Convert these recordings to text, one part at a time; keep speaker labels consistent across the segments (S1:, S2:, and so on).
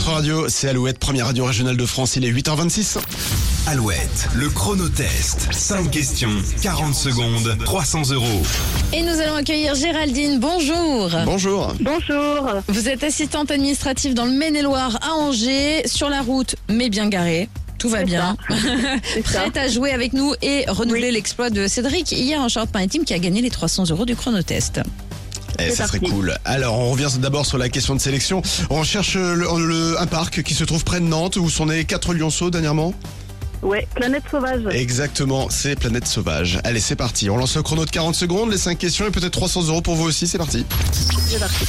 S1: votre radio, c'est Alouette, première radio régionale de France, il est 8h26.
S2: Alouette, le chronotest. 5 questions, 40 secondes, 300 euros.
S3: Et nous allons accueillir Géraldine. Bonjour.
S1: Bonjour.
S4: Bonjour.
S3: Vous êtes assistante administrative dans le Maine-et-Loire à Angers, sur la route, mais bien garée. Tout va bien.
S4: C'est ça.
S3: Prête à jouer avec nous et renouveler l'exploit de Cédric hier en Charente-Maritime qui a gagné les 300 euros du chronotest.
S1: Eh,
S4: C'est
S1: ça serait
S4: parti.
S1: cool. Alors, on revient d'abord sur la question de sélection. On cherche euh, le- le- un parc qui se trouve près de Nantes où sont nés quatre lionceaux dernièrement.
S4: Ouais, Planète Sauvage.
S1: Exactement, c'est Planète Sauvage. Allez, c'est parti. On lance le chrono de 40 secondes, les 5 questions et peut-être 300 euros pour vous aussi. C'est parti.
S4: C'est parti.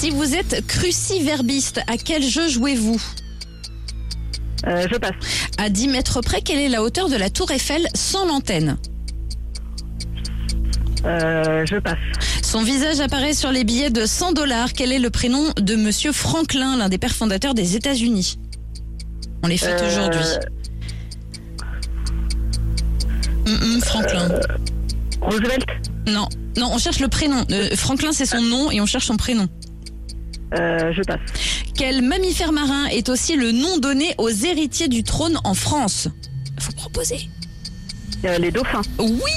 S3: Si vous êtes cruciverbiste, à quel jeu jouez-vous
S4: Euh, je passe.
S3: À 10 mètres près, quelle est la hauteur de la tour Eiffel sans l'antenne
S4: Euh, je passe.
S3: Son visage apparaît sur les billets de 100 dollars. Quel est le prénom de Monsieur Franklin, l'un des pères fondateurs des États-Unis On les fête
S4: Euh,
S3: aujourd'hui. Hum, hum, Franklin.
S4: Euh. Roosevelt.
S3: Non, non, on cherche le prénom. Euh, Franklin, c'est son nom et on cherche son prénom.
S4: Euh, je passe.
S3: Quel mammifère marin est aussi le nom donné aux héritiers du trône en France Faut proposer.
S4: Euh, les dauphins.
S3: Oui,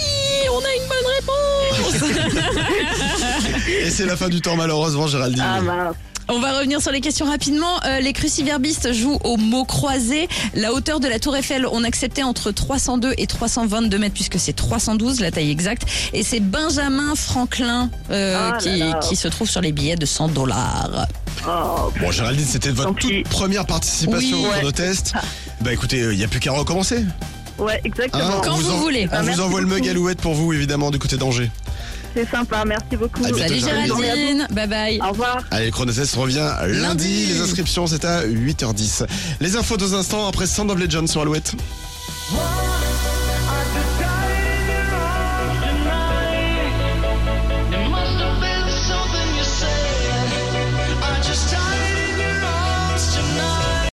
S3: on a une bonne réponse.
S1: Et c'est la fin du temps, malheureusement, Géraldine.
S4: Ah mince.
S3: On va revenir sur les questions rapidement. Euh, les cruciverbistes jouent aux mots croisés. La hauteur de la tour Eiffel, on acceptait entre 302 et 322 mètres puisque c'est 312 la taille exacte. Et c'est Benjamin Franklin euh,
S4: Ah là
S3: qui,
S4: là.
S3: qui se trouve sur les billets de 100 dollars.
S4: Oh,
S1: Bon, Géraldine, c'était votre
S4: Tant pis. Ah.
S1: toute première participation
S3: Oui.
S1: au chrono test. Bah écoutez, il n'y a plus qu'à recommencer.
S4: ouais,
S1: Hein,
S4: exactement.
S3: Quand
S1: on
S3: vous
S1: en-
S3: voulez.
S1: On
S4: Ah,
S1: vous
S4: merci
S1: envoie le mug
S4: beaucoup.
S1: Alouette pour vous, évidemment, du côté d'Angers.
S4: C'est sympa. Merci beaucoup.
S1: À bientôt,
S3: Salut
S1: Géraldine.
S3: Géraldine, bye bye.
S4: Au revoir.
S1: Allez, le chrono test revient lundi.
S3: Lundi.
S1: Les inscriptions, c'est à 8h10. Les infos dans un instant après Sandra Blade John sur Alouette.
S5: Whoa,